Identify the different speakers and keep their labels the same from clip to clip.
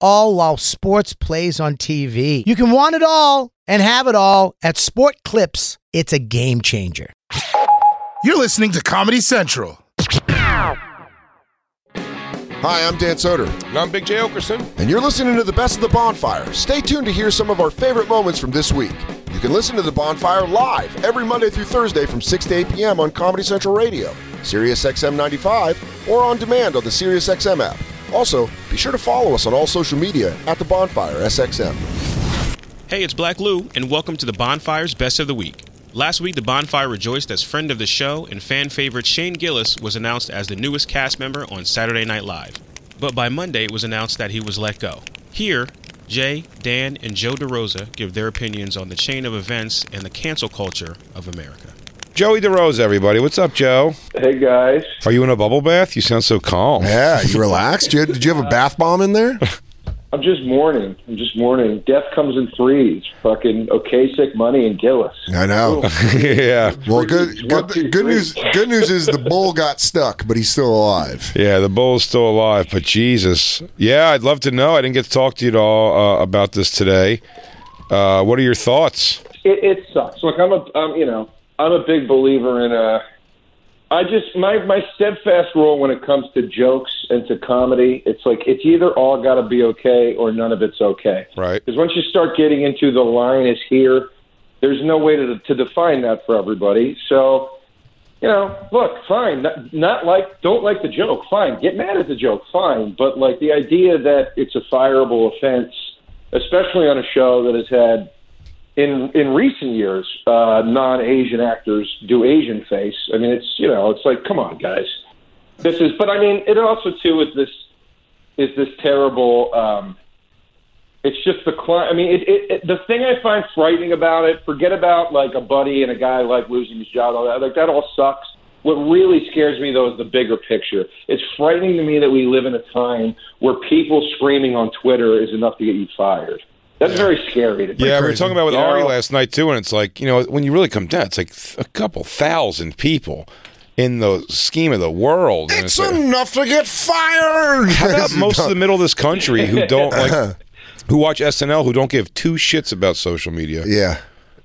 Speaker 1: all while sports plays on TV. You can want it all and have it all at Sport Clips. It's a game changer.
Speaker 2: You're listening to Comedy Central.
Speaker 3: Hi, I'm Dan Soder,
Speaker 4: And I'm Big J. Okerson.
Speaker 3: and you're listening to the best of the bonfire. Stay tuned to hear some of our favorite moments from this week. You can listen to the bonfire live every Monday through Thursday from 6 to 8 p.m. on Comedy Central Radio, Sirius XM 95, or on demand on the Sirius XM app. Also, be sure to follow us on all social media at the bonfire SXM.
Speaker 5: Hey, it's Black Lou, and welcome to the Bonfire's Best of the Week. Last week, the Bonfire rejoiced as friend of the show and fan favorite Shane Gillis was announced as the newest cast member on Saturday Night Live. But by Monday, it was announced that he was let go. Here, Jay, Dan, and Joe DeRosa give their opinions on the chain of events and the cancel culture of America.
Speaker 4: Joey DeRose, everybody. What's up, Joe?
Speaker 6: Hey guys,
Speaker 4: Are you in a bubble bath? You sound so calm.
Speaker 3: Yeah, you relaxed? Did you, did you have a bath bomb in there?
Speaker 6: I'm just mourning. I'm just mourning. Death comes in threes. Fucking okay, sick money and Gillis.
Speaker 3: I know.
Speaker 4: yeah.
Speaker 3: Well, good
Speaker 6: One, two,
Speaker 3: good good
Speaker 6: three.
Speaker 3: news. Good news is the bull got stuck, but he's still alive.
Speaker 4: Yeah, the bull's still alive, but Jesus. Yeah, I'd love to know. I didn't get to talk to you at all uh, about this today. Uh, what are your thoughts?
Speaker 6: It, it sucks. Look, I'm a, I'm, you know, I'm a big believer in. Uh, I just my my steadfast rule when it comes to jokes and to comedy, it's like it's either all got to be okay or none of it's okay.
Speaker 4: Right.
Speaker 6: Because once you start getting into the line is here, there's no way to to define that for everybody. So, you know, look, fine, not, not like don't like the joke, fine, get mad at the joke, fine, but like the idea that it's a fireable offense, especially on a show that has had in in recent years uh, non-Asian actors do Asian face. I mean, it's you know, it's like come on, guys, this is. But I mean, it also too is this is this terrible. Um, it's just the cli I mean, it, it, it, the thing I find frightening about it. Forget about like a buddy and a guy like losing his job. All that like that all sucks. What really scares me though is the bigger picture. It's frightening to me that we live in a time where people screaming on Twitter is enough to get you fired. That's very scary. To me.
Speaker 4: yeah, we were talking about with
Speaker 6: You
Speaker 4: Ari
Speaker 6: know?
Speaker 4: last night too, and it's like you know when you really come down, it's like th- a couple thousand people in the scheme of the world. and
Speaker 3: It's
Speaker 4: like,
Speaker 3: enough to get fired.
Speaker 4: how about most of the middle of this country who don't
Speaker 3: Uh-huh.
Speaker 4: like who watch SNL who don't give two shits about social media?
Speaker 3: Yeah.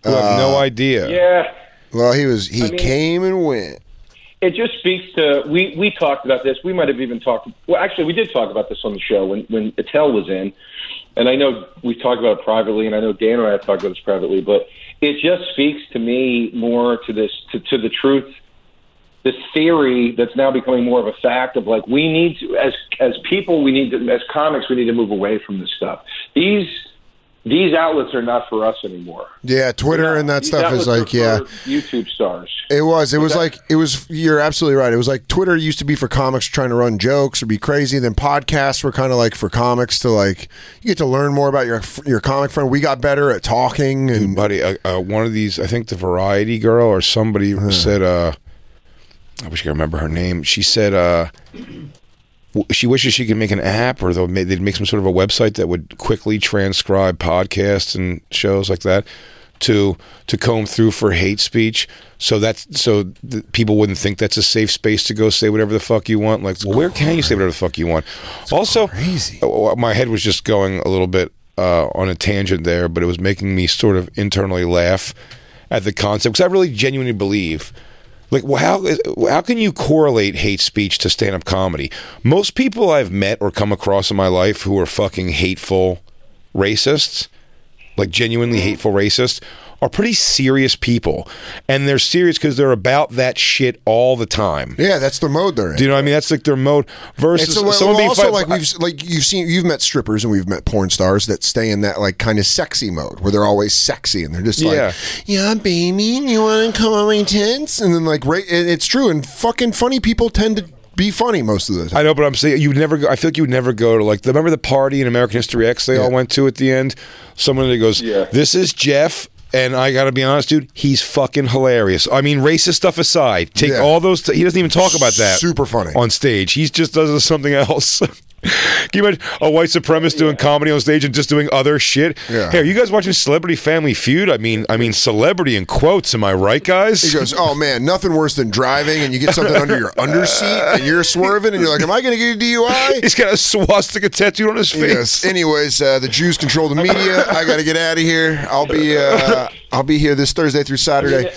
Speaker 3: Uh,
Speaker 4: Who have no idea.
Speaker 6: Yeah.
Speaker 3: Well, he was. He came and went.
Speaker 6: it just speaks to we we talked about this. We might have even talked. Well, actually, we did talk about this on the show when when Attell was in, and I know we talked about it privately, and I know Dan and I have talked about this privately, but it just speaks to me more to this to, to the truth. This theory that's now becoming more of a fact of like we need to as as people we need to as comics we need to move away from this stuff. These these outlets are not for us anymore.
Speaker 3: Yeah, Twitter and that
Speaker 6: These
Speaker 3: stuff is
Speaker 6: outlets are
Speaker 3: like, yeah,
Speaker 6: for YouTube stars.
Speaker 3: it was. It was like it was. You're absolutely right. It was like Twitter used to be for comics trying to run jokes or be crazy. Then podcasts were kind of like for comics to like you get to learn more about your your comic friend. We got better at talking and
Speaker 4: buddy. Uh, uh, one of these, I think the Variety girl or somebody said, uh, I wish I could remember her name. She said uh, w- she wishes she could make an app or they'll ma- they'd make some sort of a website that would quickly transcribe podcasts and shows like that to to comb through for hate speech. So that's so th- people wouldn't think that's a safe space to go say whatever the fuck you want. Like, well, where can you say whatever the fuck you want? also,
Speaker 3: crazy.
Speaker 4: Oh, my head was just going a little bit uh, on a tangent there, but it was making me sort of internally laugh at the concept because I really genuinely believe, like, well, how is- how can you correlate hate speech to stand up comedy? Most people I've met or come across in my life who are fucking hateful racists, like genuinely
Speaker 3: Mm-hmm.
Speaker 4: hateful racists, are pretty serious people, and they're serious because they're about that shit all the time.
Speaker 3: yeah, that's the mode they're in.
Speaker 4: Do you know what I mean? That's like their mode. Versus
Speaker 3: It's a, well,
Speaker 4: someone being
Speaker 3: also
Speaker 4: fight-
Speaker 3: like we've like you've seen you've met strippers and we've met porn stars that stay in that like kind of sexy mode where they're always sexy and they're just
Speaker 4: Yeah.
Speaker 3: like yeah baby you want to come on my tits and then like right and it's true and fucking funny people tend to be funny most of the time.
Speaker 4: I know, but I'm saying you would never. Go, I feel like you would never go to like. The, remember the party in American History X they all went to at the end. Someone that goes,
Speaker 6: Yeah.
Speaker 4: "This is Jeff." And I got to be honest, dude, he's fucking hilarious. I mean, racist stuff aside, take
Speaker 3: Yeah.
Speaker 4: all those. he doesn't even talk about that.
Speaker 3: Super funny.
Speaker 4: on stage. He just does something else. Can you imagine a white supremacist doing comedy on stage and just doing other shit?
Speaker 3: Yeah.
Speaker 4: Hey, are you guys watching Celebrity Family Feud? I mean, I mean, celebrity in quotes. Am I right, guys?
Speaker 3: He goes, "Oh man, nothing worse than driving and you get something under your underseat and you're swerving and you're like, am I going to get a DUI?"
Speaker 4: He's got a swastika tattooed on his face.
Speaker 3: Yes. Anyways, uh, the Jews control the media. I got to get out of here. I'll be uh, I'll be here this Thursday through Saturday.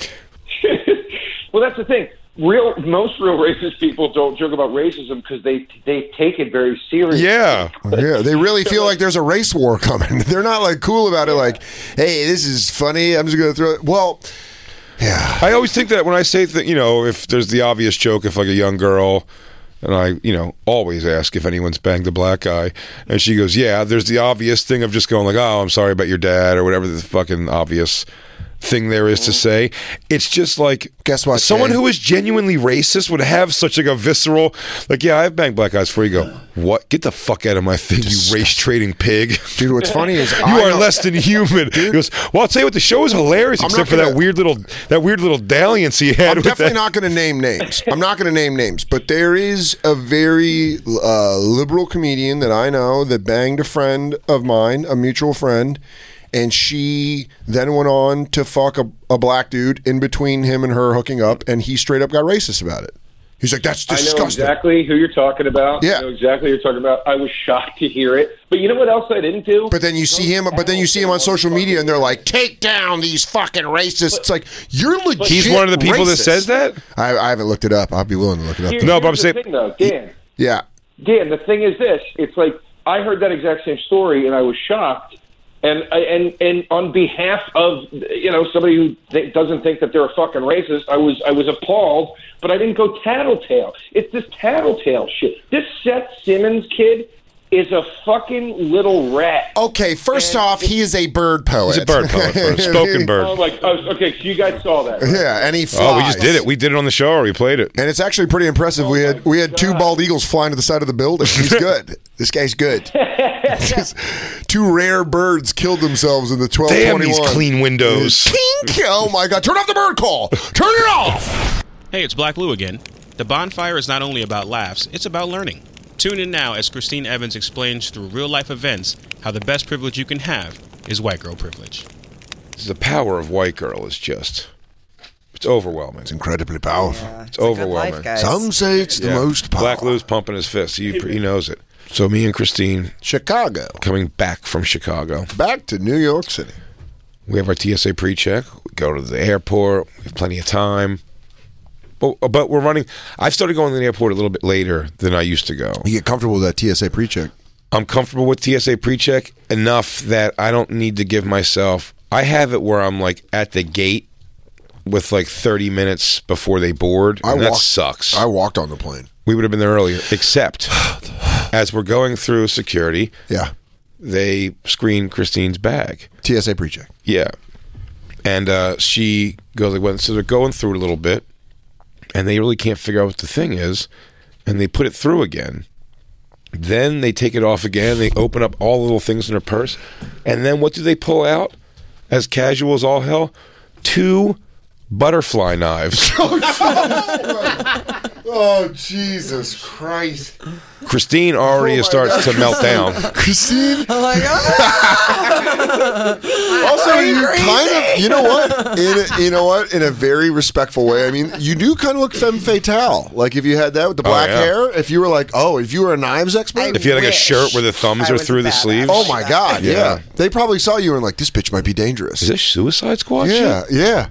Speaker 6: well, that's the thing. Real, most real racist people don't joke about racism because they they take it very seriously.
Speaker 4: Yeah.
Speaker 3: Yeah, they really feel like there's a race war coming. They're not like cool about it. Like, hey, this is funny. I'm just going to throw it. Well, yeah,
Speaker 4: I always think that when I say that, you know, if there's the obvious joke, if like a young girl, and I, you know, always ask if anyone's banged a black guy, and she goes, "Yeah." There's the obvious thing of just going like, "Oh, I'm sorry about your dad," or whatever the fucking obvious thing there is to say. It's just like,
Speaker 3: Guess what,
Speaker 4: Someone
Speaker 3: Jay?
Speaker 4: who is genuinely racist would have such like a visceral, like, "Yeah, I've banged black guys." Before you go, what? Get the fuck out of my thing, you race trading pig.
Speaker 3: dude. What's funny is
Speaker 4: You
Speaker 3: I
Speaker 4: are
Speaker 3: know-
Speaker 4: less than human. He goes, well, I'll tell you what, the show is hilarious,
Speaker 3: I'm not
Speaker 4: except for that
Speaker 3: gonna-
Speaker 4: weird little that weird little dalliance he had
Speaker 3: I'm
Speaker 4: with
Speaker 3: definitely
Speaker 4: that.
Speaker 3: not going to name names. I'm not going to name names, but there is a very uh, liberal comedian that I know that banged a friend of mine, a mutual friend, and she then went on to fuck a, a black dude in between him and her hooking up, and he straight up got racist about it. He's like, "That's
Speaker 6: I know
Speaker 3: disgusting."
Speaker 6: exactly who you're talking about.
Speaker 3: Yeah.
Speaker 6: I know exactly who you're talking about. I was shocked to hear it. But you know what else I didn't do?
Speaker 3: But then you see him, but then you see him on social media, and they're like, "Take down these fucking racists." It's like you're legit.
Speaker 4: He's one of the people that
Speaker 3: racist.
Speaker 4: says that.
Speaker 3: I, I haven't looked it up. I'll be willing to look it up.
Speaker 6: Here-
Speaker 4: No, but
Speaker 6: here's
Speaker 4: I'm
Speaker 6: the
Speaker 4: saying-
Speaker 6: thing, though, Dan.
Speaker 3: Yeah,
Speaker 6: Dan, the thing is this: it's like I heard that exact same story, and I was shocked. And I- and and on behalf of you know somebody who th- doesn't think that they're a fucking racist, I was I was appalled, but I didn't go tattletale. It's this tattletale shit. This Seth Simmons kid is a fucking little rat.
Speaker 3: Okay, first off, he is a bird poet.
Speaker 4: He's a bird poet, for a spoken
Speaker 6: Oh,
Speaker 4: bird.
Speaker 6: like oh, okay, so you guys saw that. right?
Speaker 3: Yeah, and he flies.
Speaker 4: Oh, we just did it. We did it on the show. Or we played it.
Speaker 3: and it's actually pretty impressive. we had we had two bald eagles flying to the side of the building. He's good. this guy's good. Just two rare birds killed themselves in the twelve
Speaker 4: Damn
Speaker 3: twenty
Speaker 4: these
Speaker 3: one.
Speaker 4: clean windows.
Speaker 3: Oh my god! Turn off the bird call. Turn it off.
Speaker 5: Hey, it's Black Lou again. The bonfire is not only about laughs, it's about learning. Tune in now as Christine Evans explains through real life events how the best privilege you can have is white girl privilege.
Speaker 4: The power of white girl is just. It's overwhelming.
Speaker 3: It's incredibly powerful.
Speaker 4: It's
Speaker 7: a good
Speaker 4: overwhelming.
Speaker 7: life, guys.
Speaker 3: Some say it's the
Speaker 4: Yeah.
Speaker 3: most powerful.
Speaker 4: Black Lou's pumping his fist. He, he knows it. So me and Christine
Speaker 3: Chicago.
Speaker 4: coming back from Chicago.
Speaker 3: Back to New York City.
Speaker 4: We have our TSA pre-check. We go to the airport. We have plenty of time. But, but we're running. I've started going to the airport a little bit later than I used to go.
Speaker 3: You get comfortable with that TSA pre-check.
Speaker 4: I'm comfortable with TSA pre-check enough that I don't need to give myself. I have it where I'm like at the gate with like 30 minutes before they board.
Speaker 3: I
Speaker 4: and that
Speaker 3: walked-
Speaker 4: sucks.
Speaker 3: I walked on the plane.
Speaker 4: we would have been there earlier, except as we're going through security,
Speaker 3: Yeah.
Speaker 4: they screen Christine's bag.
Speaker 3: TSA pre-check.
Speaker 4: Yeah. And uh, she goes like, well, so they're going through it a little bit, and they really can't figure out what the thing is, and they put it through again. Then they take it off again. They open up all the little things in her purse, and then what do they pull out? As casual as all hell, two butterfly knives.
Speaker 3: Oh Jesus Christ!
Speaker 4: Christine already
Speaker 3: oh
Speaker 4: starts to melt down.
Speaker 3: Christine,
Speaker 7: I'm like, oh,
Speaker 3: also "Ah." you kind of, you know what? In a, you know what? In a very respectful way. I mean, you do kind of look femme fatale. Like if you had that with the black
Speaker 4: Oh, yeah.
Speaker 3: hair, if you were like, oh, if you were a knives expert.
Speaker 4: If you had like a
Speaker 7: Wish
Speaker 4: shirt where the thumbs
Speaker 7: I
Speaker 4: are
Speaker 7: was
Speaker 4: through the
Speaker 7: badass.
Speaker 4: sleeves.
Speaker 3: oh my god, yeah.
Speaker 4: Yeah.
Speaker 3: They probably saw you and like this bitch might be dangerous.
Speaker 4: Is this Suicide Squad?
Speaker 3: yeah,
Speaker 4: shit?
Speaker 3: yeah.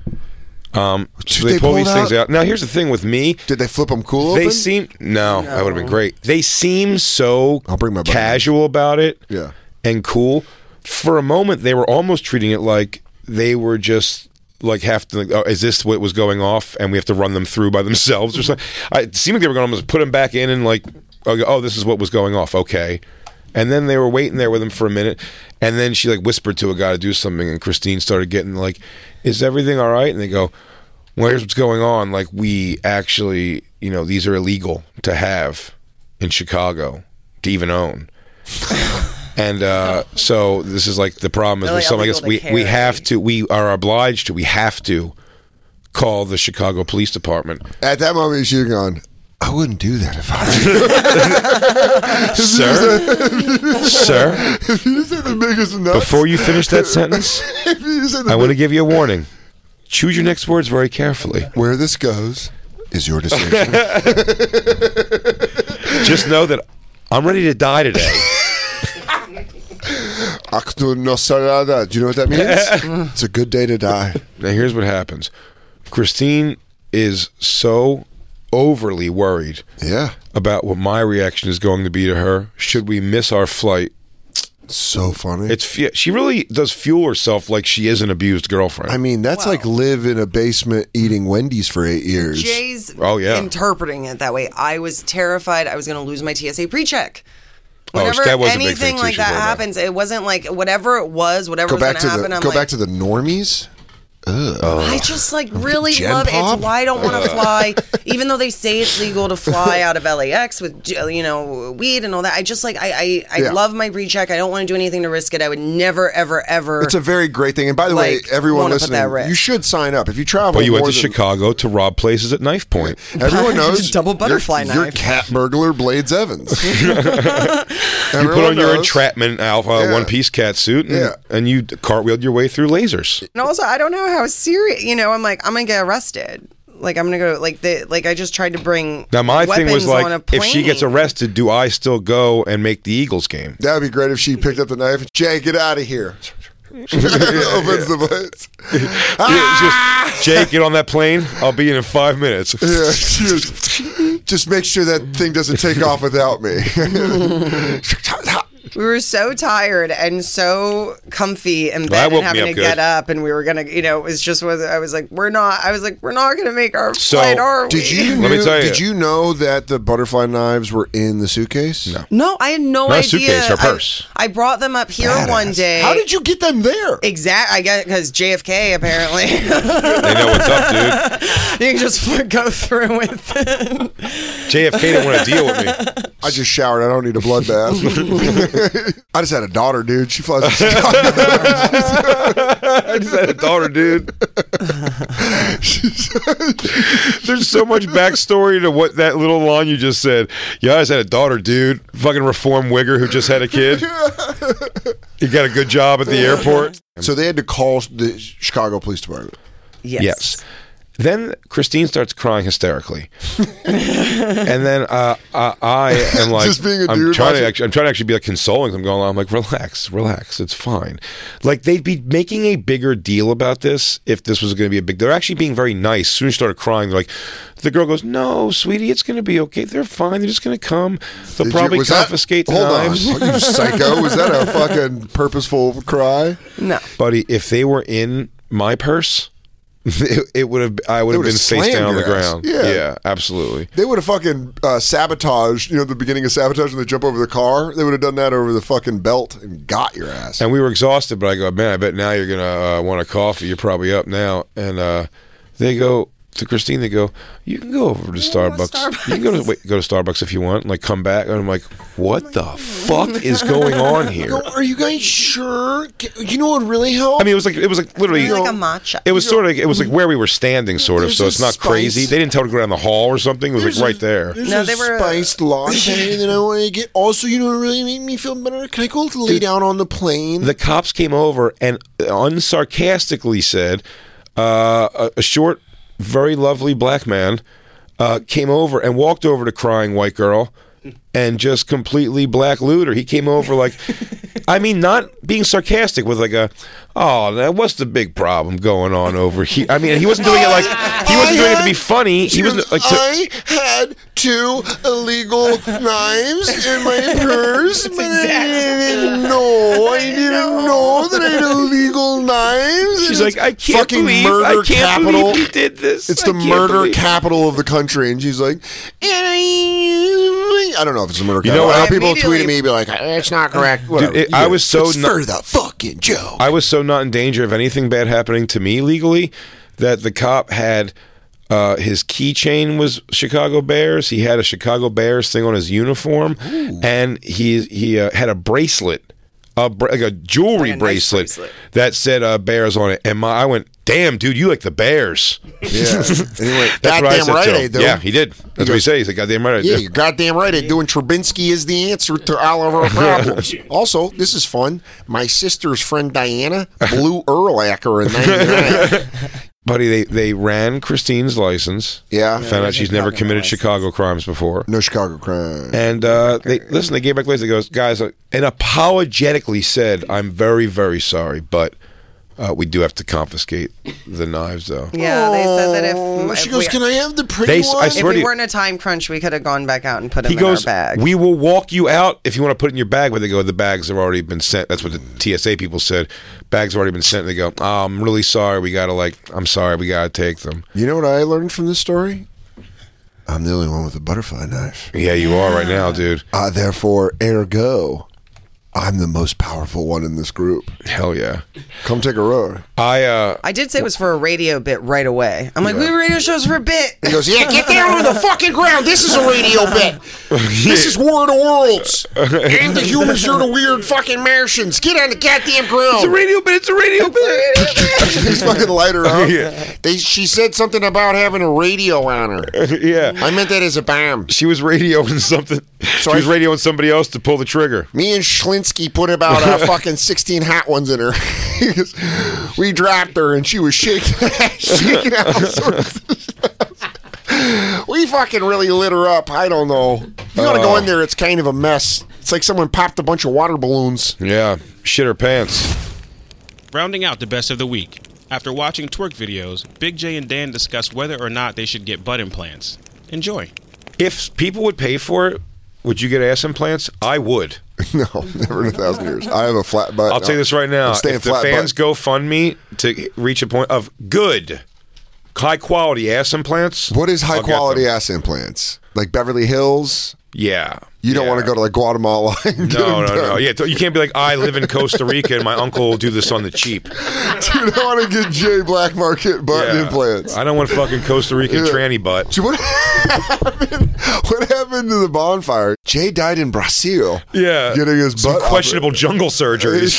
Speaker 4: Um, so
Speaker 3: Did
Speaker 4: they,
Speaker 3: they
Speaker 4: pull
Speaker 3: pull
Speaker 4: these
Speaker 3: it
Speaker 4: things
Speaker 3: out?
Speaker 4: out. Now here's the thing with me.
Speaker 3: Did they flip them cool?
Speaker 4: They
Speaker 3: open?
Speaker 4: seem no, that would have been great. They seem so
Speaker 3: I'll bring my button.
Speaker 4: casual about it,
Speaker 3: Yeah.
Speaker 4: and cool. For a moment, they were almost treating it like they were just like have to. Like, oh, is this what was going off? And we have to run them through by themselves or something. I, it seemed like they were going to almost put them back in and like, oh, oh, this is what was going off. Okay. And then they were waiting there with him for a minute, and then she like whispered to a guy to do something, and Christine started getting like, "Is everything all right?" And they go, well, here's what's going on. Like, we actually you know these are illegal to have in Chicago to even own. And uh, so this is like the problem is
Speaker 7: Really
Speaker 4: with something like this. We
Speaker 7: illegal to
Speaker 4: we
Speaker 7: carry.
Speaker 4: have to we are obliged to we have to call the Chicago Police Department.
Speaker 3: At that moment, you should have gone. I wouldn't do that if I.
Speaker 4: Sir Sir
Speaker 3: if you said the biggest nuts.
Speaker 4: before you finish that sentence
Speaker 3: if you said the
Speaker 4: I want to give you a warning. Choose your next words very carefully.
Speaker 3: where this goes is your decision.
Speaker 4: Just know that I'm ready to die today.
Speaker 3: Actu nosarada. Do you know what that means? it's a good day to die.
Speaker 4: Now here's what happens. Christine is so overly worried
Speaker 3: Yeah.
Speaker 4: about what my reaction is going to be to her should we miss our flight.
Speaker 3: So funny.
Speaker 4: It's fu- she really does fuel herself like she is an abused girlfriend.
Speaker 3: I mean, that's like live in a basement eating Wendy's for eight years.
Speaker 7: Jay's
Speaker 4: Oh, yeah.
Speaker 7: interpreting it that way. I was terrified I was going to lose my TSA pre-check.
Speaker 4: Oh,
Speaker 7: Whenever
Speaker 4: that was a big thing,
Speaker 7: anything
Speaker 4: too,
Speaker 7: like
Speaker 4: she
Speaker 7: that
Speaker 4: told me.
Speaker 7: happens, it wasn't like whatever it was, whatever
Speaker 3: go
Speaker 7: was going
Speaker 3: back to
Speaker 7: happen.
Speaker 3: the
Speaker 7: I'm
Speaker 3: go
Speaker 7: like,
Speaker 3: back to the normies.
Speaker 7: I just like really
Speaker 3: Gen
Speaker 7: love it.
Speaker 3: Pop?
Speaker 7: It's why I don't want to fly, even though they say it's legal to fly out of LAX with you know weed and all that. I just like I I, I
Speaker 3: Yeah.
Speaker 7: love my pre-check. I don't want to do anything to risk it. I would never ever ever.
Speaker 3: It's a very great thing. And by the
Speaker 7: Like,
Speaker 3: way, everyone
Speaker 7: wanna put that
Speaker 3: listening,
Speaker 7: risk.
Speaker 3: you should sign up if you travel.
Speaker 4: Well, "Oh, you went
Speaker 3: more
Speaker 4: to
Speaker 3: than-
Speaker 4: Chicago to rob places at knife point.
Speaker 3: Everyone knows
Speaker 7: Just double
Speaker 3: you're-
Speaker 7: butterfly
Speaker 3: You're
Speaker 7: knife.
Speaker 3: cat burglar Blades Evans. you
Speaker 4: You put on your entrapment alpha
Speaker 3: Yeah.
Speaker 4: one piece cat suit and,
Speaker 3: Yeah.
Speaker 4: and you cartwheeled your way through lasers.
Speaker 7: and also, I don't know how serious. You know, I'm like I'm gonna get arrested. Like I'm gonna go like the like I just tried to bring.
Speaker 4: Now my thing was
Speaker 7: weapons on a
Speaker 4: like if
Speaker 7: plane.
Speaker 4: she gets arrested, do I still go and make the Eagles game?
Speaker 3: That would be great if she picked up the knife. Jay, get out of here. Opens the blades.
Speaker 7: Ah!
Speaker 4: Yeah, it's just Jake, get on that plane. I'll be in in five minutes.
Speaker 3: Yeah, she was- just make sure that thing doesn't take off without me.
Speaker 7: We were so tired and so comfy in
Speaker 4: that
Speaker 7: bed
Speaker 4: woke
Speaker 7: and
Speaker 4: me
Speaker 7: having
Speaker 4: up
Speaker 7: to
Speaker 4: good.
Speaker 7: get up, and we were gonna, you know, it was just was I was like, we're not. I was like, we're not gonna make our
Speaker 4: So,
Speaker 7: flight, are we?
Speaker 3: did you,
Speaker 4: Let me
Speaker 3: knew-
Speaker 4: tell you.
Speaker 3: Did you know that the butterfly knives were in the suitcase? No.
Speaker 7: No, I had no
Speaker 4: Not a
Speaker 7: idea.
Speaker 4: suitcase, her
Speaker 7: I-
Speaker 4: purse.
Speaker 7: I, brought them up here one day.
Speaker 3: How did you get them there?
Speaker 7: Exact. I guess because JFK apparently
Speaker 4: They know what's up, dude.
Speaker 7: you can just go through with it.
Speaker 4: JFK didn't want to deal with me.
Speaker 3: I just showered. I don't need a blood bath. I just had a daughter, dude. She flies. To Chicago.
Speaker 4: I just had a daughter, dude. There's so much backstory to what that little line you just said. Yeah, I just had a daughter, dude. Fucking reform wigger who just had a kid. He got a good job at the airport.
Speaker 3: so they had to call the Chicago Police Department.
Speaker 7: Yes.
Speaker 4: Yes. Then Christine starts crying hysterically, and then uh, uh, I am like,
Speaker 3: Just being a
Speaker 4: I'm
Speaker 3: dude
Speaker 4: trying
Speaker 3: watching-
Speaker 4: to actually, I'm trying to actually be like consoling. I'm going, I'm like, relax, relax, it's fine. Like they'd be making a bigger deal about this if this was going to be a big. They're actually being very nice. As soon as she started crying, they're like, the girl goes, no, sweetie, it's going to be okay. They're fine. They're just going to come. They'll
Speaker 3: Did you-
Speaker 4: probably
Speaker 3: was that-
Speaker 4: confiscate the
Speaker 3: hold
Speaker 4: knives.
Speaker 3: on, you psycho! Was that a fucking purposeful cry?
Speaker 7: No.
Speaker 4: buddy. If they were in my purse. It, it would have. I would
Speaker 3: They would
Speaker 4: have been
Speaker 3: have
Speaker 4: face
Speaker 3: slammed
Speaker 4: down on the
Speaker 3: your ass.
Speaker 4: ground.
Speaker 3: Yeah.
Speaker 4: yeah, absolutely.
Speaker 3: They would have fucking uh, sabotaged. You know, the beginning of sabotage when they jump over the car. They would have done that over the fucking belt and got your ass.
Speaker 4: And we were exhausted, but I go, man, I bet now you're gonna uh, want a coffee. You're probably up now. And uh, they go to Christine. They go, you can go over to Starbucks. You can go to wait, go to Starbucks if you want. and, Like come back. And I'm like, what
Speaker 3: Oh
Speaker 4: the fuck is going on here?
Speaker 3: Are you guys sure? You know what really helped?
Speaker 4: I mean, it was like it was like literally
Speaker 7: Like a matcha.
Speaker 4: It was sort of it was like where we were standing, sort of. So
Speaker 3: There's
Speaker 4: it's
Speaker 3: a
Speaker 4: not
Speaker 3: spice.
Speaker 4: crazy. They didn't tell her to go down the hall or something. It was like right there.
Speaker 3: There's
Speaker 7: No,
Speaker 3: a
Speaker 7: they were-
Speaker 3: spiced latte that I want to get. Also, you know what really made me feel better? Can I go lay down on the plane?
Speaker 4: the cops came over and unsarcastically said, uh, a, a short, very lovely black man uh, came over and walked over to crying white girl and just completely black looter. He came over like, I mean, not being sarcastic with like a, oh, now what's the big problem going on over here? I mean, he wasn't doing it like he wasn't doing it to be funny. He wasn't like. To,
Speaker 3: I had two illegal knives in my purse, but I didn't know. I didn't know that I had illegal knives.
Speaker 4: She's
Speaker 3: and
Speaker 4: like,
Speaker 3: it's
Speaker 4: I can't
Speaker 3: fucking
Speaker 4: believe,
Speaker 3: murder
Speaker 4: I can't
Speaker 3: capital.
Speaker 4: believe he did this.
Speaker 3: It's
Speaker 4: I
Speaker 3: the
Speaker 4: can't
Speaker 3: murder
Speaker 4: believe-
Speaker 3: capital of the country, and she's like, "And I I don't know if it's the murder
Speaker 4: You
Speaker 3: capital.
Speaker 4: know what?
Speaker 3: I know
Speaker 4: I
Speaker 3: people
Speaker 7: immediately-
Speaker 3: tweeting me be like, it's not correct. Whatever.
Speaker 4: it- I was so
Speaker 3: it's
Speaker 4: not-
Speaker 3: for the fucking joke.
Speaker 4: I was so not in danger of anything bad happening to me legally that the cop had Uh, his keychain was Chicago Bears. He had a Chicago Bears thing on his uniform, and he he uh, had a bracelet, a br- like a jewelry
Speaker 7: Like a nice
Speaker 4: bracelet,
Speaker 7: bracelet.
Speaker 4: that said uh, Bears on it. And my, I went, "Damn, dude, you like the Bears."
Speaker 3: Yeah. anyway,
Speaker 4: That's what I
Speaker 3: goddamn
Speaker 4: said
Speaker 3: right,
Speaker 4: to
Speaker 3: I
Speaker 4: him.
Speaker 3: do.
Speaker 4: Yeah, he did. That's what he said. He's like, "Goddamn right." I
Speaker 3: Yeah,
Speaker 4: did."
Speaker 3: you're goddamn right. I do. And Trubinsky is the answer to all of our problems. also, this is fun. My sister's friend Diana blew Erlacher in 99.
Speaker 4: buddy. They they ran Christine's license.
Speaker 3: Yeah.
Speaker 4: found out she's never committed Chicago crimes before.
Speaker 3: no Chicago crime.
Speaker 4: And uh, they listen. They gave back later. They goes, guys, uh," and apologetically said, "I'm very, very sorry, but uh, we do have to confiscate the knives, though."
Speaker 7: Yeah, they said that
Speaker 3: Oh,
Speaker 7: if,
Speaker 3: she
Speaker 7: if
Speaker 3: goes,
Speaker 7: we,
Speaker 3: "Can I have the pretty
Speaker 4: They s- I
Speaker 3: one?"
Speaker 7: if
Speaker 4: swear to
Speaker 7: we
Speaker 4: you-
Speaker 7: were in a time crunch, we could have gone back out and put them
Speaker 4: He goes,
Speaker 7: in our bag.
Speaker 4: "We will walk you out if you want to put it in your bag." But they go, "The bags have already been sent." That's what the TSA people said. Bags have already been sent. And they go, oh, "I'm really sorry. We gotta like, I'm sorry. We gotta take them."
Speaker 3: you know what I learned from this story? I'm the only one with a butterfly knife.
Speaker 4: Yeah, you are right now, dude.
Speaker 3: Uh, therefore, ergo, I'm the most powerful one in this group.
Speaker 4: Hell yeah.
Speaker 3: Come take a row.
Speaker 4: I uh,
Speaker 7: I did say it was for a radio bit right away. I'm like, we have radio shows for a bit.
Speaker 3: He goes, yeah, get down on the fucking ground. This is a radio bit. This is War of the Worlds. And the humans are the weird fucking Martians. Get on the goddamn ground.
Speaker 4: radio bit. It's a radio bit.
Speaker 3: He's fucking lighter up.
Speaker 4: Yeah.
Speaker 3: They, she said something about having a radio on her.
Speaker 4: yeah.
Speaker 3: I meant that as a bomb.
Speaker 4: She was radioing something.
Speaker 3: Sorry?
Speaker 4: She was radioing somebody else to pull the trigger.
Speaker 3: Me and Schlinsky put about uh, fucking 16 hot ones in her. we dropped her and she was shaking, shaking out. all sorts of stuff. we fucking really lit her up. I don't know. If you want
Speaker 4: Oh.
Speaker 3: to go in there, it's kind of a mess. It's like someone popped a bunch of water balloons.
Speaker 4: Yeah, shit her pants.
Speaker 5: Rounding out the best of the week. After watching twerk videos, Big J and Dan discuss whether or not they should get butt implants. Enjoy.
Speaker 4: If people would pay for it, would you get ass implants? I would.
Speaker 3: No, never in a thousand years. I have a flat butt.
Speaker 4: I'll tell you this right now. If the fans go fund me to reach a point of good, high quality ass implants.
Speaker 8: What is high
Speaker 4: I'll get
Speaker 8: quality
Speaker 4: them.
Speaker 8: ass implants? Like Beverly Hills?
Speaker 4: Yeah.
Speaker 8: You don't want to go to like Guatemala. And get
Speaker 4: No,
Speaker 8: them
Speaker 4: no,
Speaker 8: done.
Speaker 4: no. Yeah, you can't be like I live in Costa Rica and my uncle will do this on the cheap.
Speaker 8: you don't want to get J Black Market butt
Speaker 4: Yeah.
Speaker 8: implants.
Speaker 4: I don't want fucking Costa Rican tranny butt.
Speaker 8: So what happened? What happened to the bonfire? Jay died in Brazil.
Speaker 4: Yeah,
Speaker 8: getting his
Speaker 4: Some
Speaker 8: butt
Speaker 4: questionable jungle surgeries.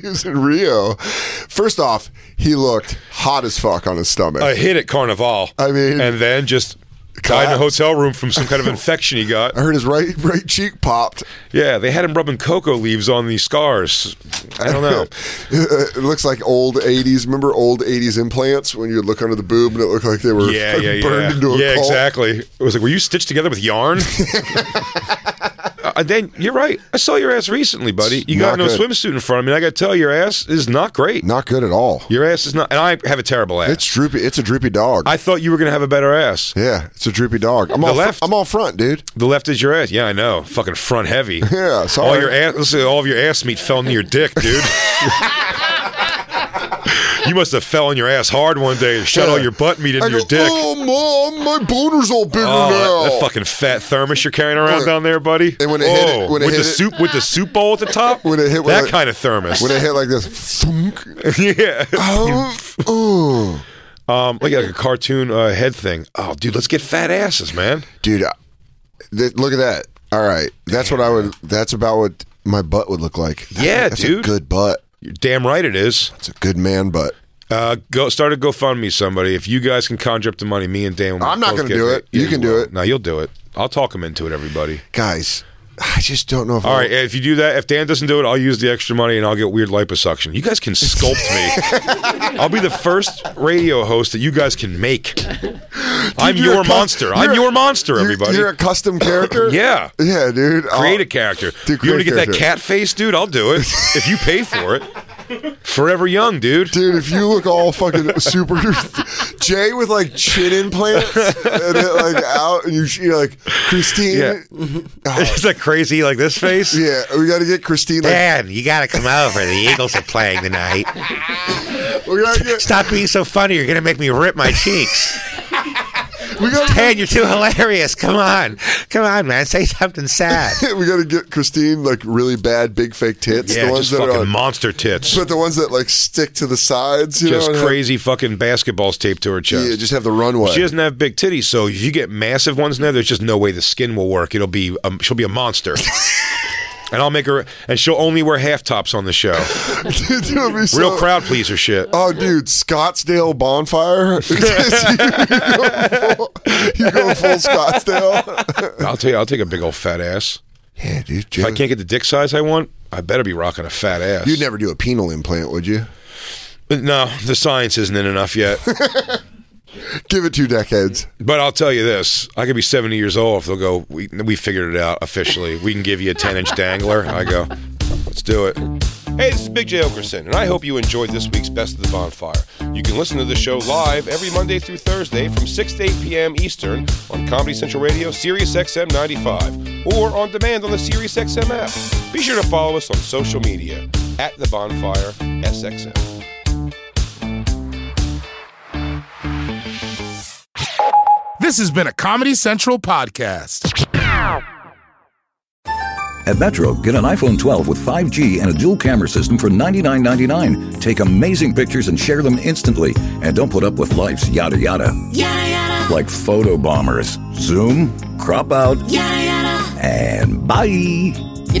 Speaker 8: he was in Rio. First off, he looked hot as fuck on his stomach.
Speaker 4: a hit at Carnival.
Speaker 8: I mean-
Speaker 4: and then just died in a
Speaker 8: Collapsed.
Speaker 4: hotel room from some kind of infection he got.
Speaker 8: I heard his right right cheek popped.
Speaker 4: Yeah, they had him rubbing cocoa leaves on these scars. I don't know.
Speaker 8: it looks like old '80s. Remember old '80s implants when you'd look under the boob and it looked like they were
Speaker 4: Yeah, yeah, yeah.
Speaker 8: burned into a
Speaker 4: yeah,
Speaker 8: pulp?
Speaker 4: exactly. It was like, were you stitched together with yarn? Uh, then you're right. I saw your ass recently, buddy. You got
Speaker 8: Not
Speaker 4: no
Speaker 8: good.
Speaker 4: swimsuit in front of me. and I got to tell you, your ass is not great.
Speaker 8: Not good at all.
Speaker 4: Your ass is not, and I have a terrible ass.
Speaker 8: It's droopy. It's a droopy dog.
Speaker 4: I thought you were gonna have a better ass.
Speaker 8: yeah, it's a droopy dog. I'm
Speaker 4: The
Speaker 8: all fr-
Speaker 4: left.
Speaker 8: I'm all front, dude.
Speaker 4: The left is your ass. Yeah, I know. Fucking front heavy.
Speaker 8: Yeah, sorry.
Speaker 4: All your ass, listen, all of your ass meat fell into your dick, dude. you must have fell on your ass hard one day and shut all your butt meat into
Speaker 8: I
Speaker 4: your
Speaker 8: go,
Speaker 4: dick.
Speaker 8: Oh, mom, my boner's all bigger
Speaker 4: Oh,
Speaker 8: now.
Speaker 4: that, that fucking fat thermos you're carrying around down there, buddy.
Speaker 8: And when it
Speaker 4: oh,
Speaker 8: hit it- when it
Speaker 4: with the
Speaker 8: hit it-
Speaker 4: soup with the soup bowl at the top,
Speaker 8: When it hit- when
Speaker 4: that
Speaker 8: it-
Speaker 4: kind of thermos.
Speaker 8: when it hit like this, thunk.
Speaker 4: yeah,
Speaker 8: Oh, oh.
Speaker 4: um, like, like a cartoon uh, head thing. Oh, dude, let's get fat asses, man.
Speaker 8: dude, I- th- look at that. All right, that's what I would. That's about what my butt would look like. That-
Speaker 4: Yeah,
Speaker 8: that's
Speaker 4: dude.
Speaker 8: a good butt.
Speaker 4: You're damn right it is.
Speaker 8: It's a good man butt.
Speaker 4: Uh, go start a GoFundMe. Somebody, if you guys can conjure up the money, me and Dan. will
Speaker 8: I'm not
Speaker 4: both
Speaker 8: gonna
Speaker 4: get
Speaker 8: do it. You can do
Speaker 4: will.
Speaker 8: it.
Speaker 4: No, you'll do it. I'll talk him into it. Everybody.
Speaker 8: guys, I just don't know if
Speaker 4: All right. If you do that, if Dan doesn't do it, I'll use the extra money and I'll get weird liposuction. You guys can sculpt me. I'll be the first radio host that you guys can make. I'm
Speaker 8: you're
Speaker 4: your
Speaker 8: a cu-
Speaker 4: monster. I'm
Speaker 8: you're-
Speaker 4: your monster, everybody.
Speaker 8: You're a custom character.
Speaker 4: Yeah.
Speaker 8: yeah, dude. I'll-
Speaker 4: Create a character.
Speaker 8: Dude,
Speaker 4: you
Speaker 8: create
Speaker 4: want to get
Speaker 8: a
Speaker 4: that
Speaker 8: character.
Speaker 4: cat face, dude? I'll do it if you pay for it. Forever young, dude.
Speaker 8: Dude, if you look all fucking super, Jay with like chin implants and it like out, and you, you're like Christine.
Speaker 4: Yeah.
Speaker 8: Oh,
Speaker 4: Is that crazy? Like this face?
Speaker 8: yeah, we got to get Christine. Like,
Speaker 4: Dan, you gotta come over. The Eagles are playing tonight.
Speaker 8: we gotta get
Speaker 4: Stop being so funny. You're gonna make me rip my cheeks.
Speaker 3: We gotta,
Speaker 4: Ted, you're too hilarious. Come on, come on, man. Say something sad.
Speaker 3: we gotta get Christine like really bad big fake tits.
Speaker 4: yeah,
Speaker 3: the ones
Speaker 4: just
Speaker 3: that are
Speaker 4: fucking
Speaker 3: on,
Speaker 4: monster tits.
Speaker 3: but the ones that like stick to the sides. You
Speaker 4: Just
Speaker 3: know, and
Speaker 4: crazy fucking basketballs taped to her
Speaker 3: Have,
Speaker 4: chest.
Speaker 3: yeah, just have the runway.
Speaker 4: She doesn't have big titties, so if you get massive ones in there, there's just no way the skin will work. It'll be um, she'll be a monster. and I'll make her and she'll only wear half tops on the show.
Speaker 3: Dude, it would be so-
Speaker 4: Real crowd pleaser shit.
Speaker 3: Oh, dude, Scottsdale bonfire. you, go full, you go full Scottsdale.
Speaker 4: I'll tell you, I'll take a big old fat ass.
Speaker 3: yeah, dude.
Speaker 4: If I
Speaker 3: Joe,
Speaker 4: can't get the dick size I want, I better be rocking a fat ass.
Speaker 3: You'd never do a penal implant, would you?
Speaker 4: No, the science isn't in enough yet.
Speaker 3: Give it two decades.
Speaker 4: but I'll tell you this: I could be seventy years old if they'll go. We, we figured it out officially. We can give you a ten inch dangler. I go. Let's do it. Hey, this is Big J Okerson, and I hope you enjoyed this week's Best of the Bonfire. You can listen to the show live every Monday through Thursday from 6 to 8 p.m. Eastern on Comedy Central Radio, Sirius XM 95, or on demand on the Sirius XM app. Be sure to follow us on social media at The Bonfire SXM.
Speaker 2: This has been a Comedy Central podcast.
Speaker 9: At Metro, get an iPhone 12 with 5G and a dual camera system for $99.99. Take amazing pictures and share them instantly. And don't put up with life's yada yada. Yada yada. Like photo bombers. Zoom, crop out. Yada yada. And bye.
Speaker 7: You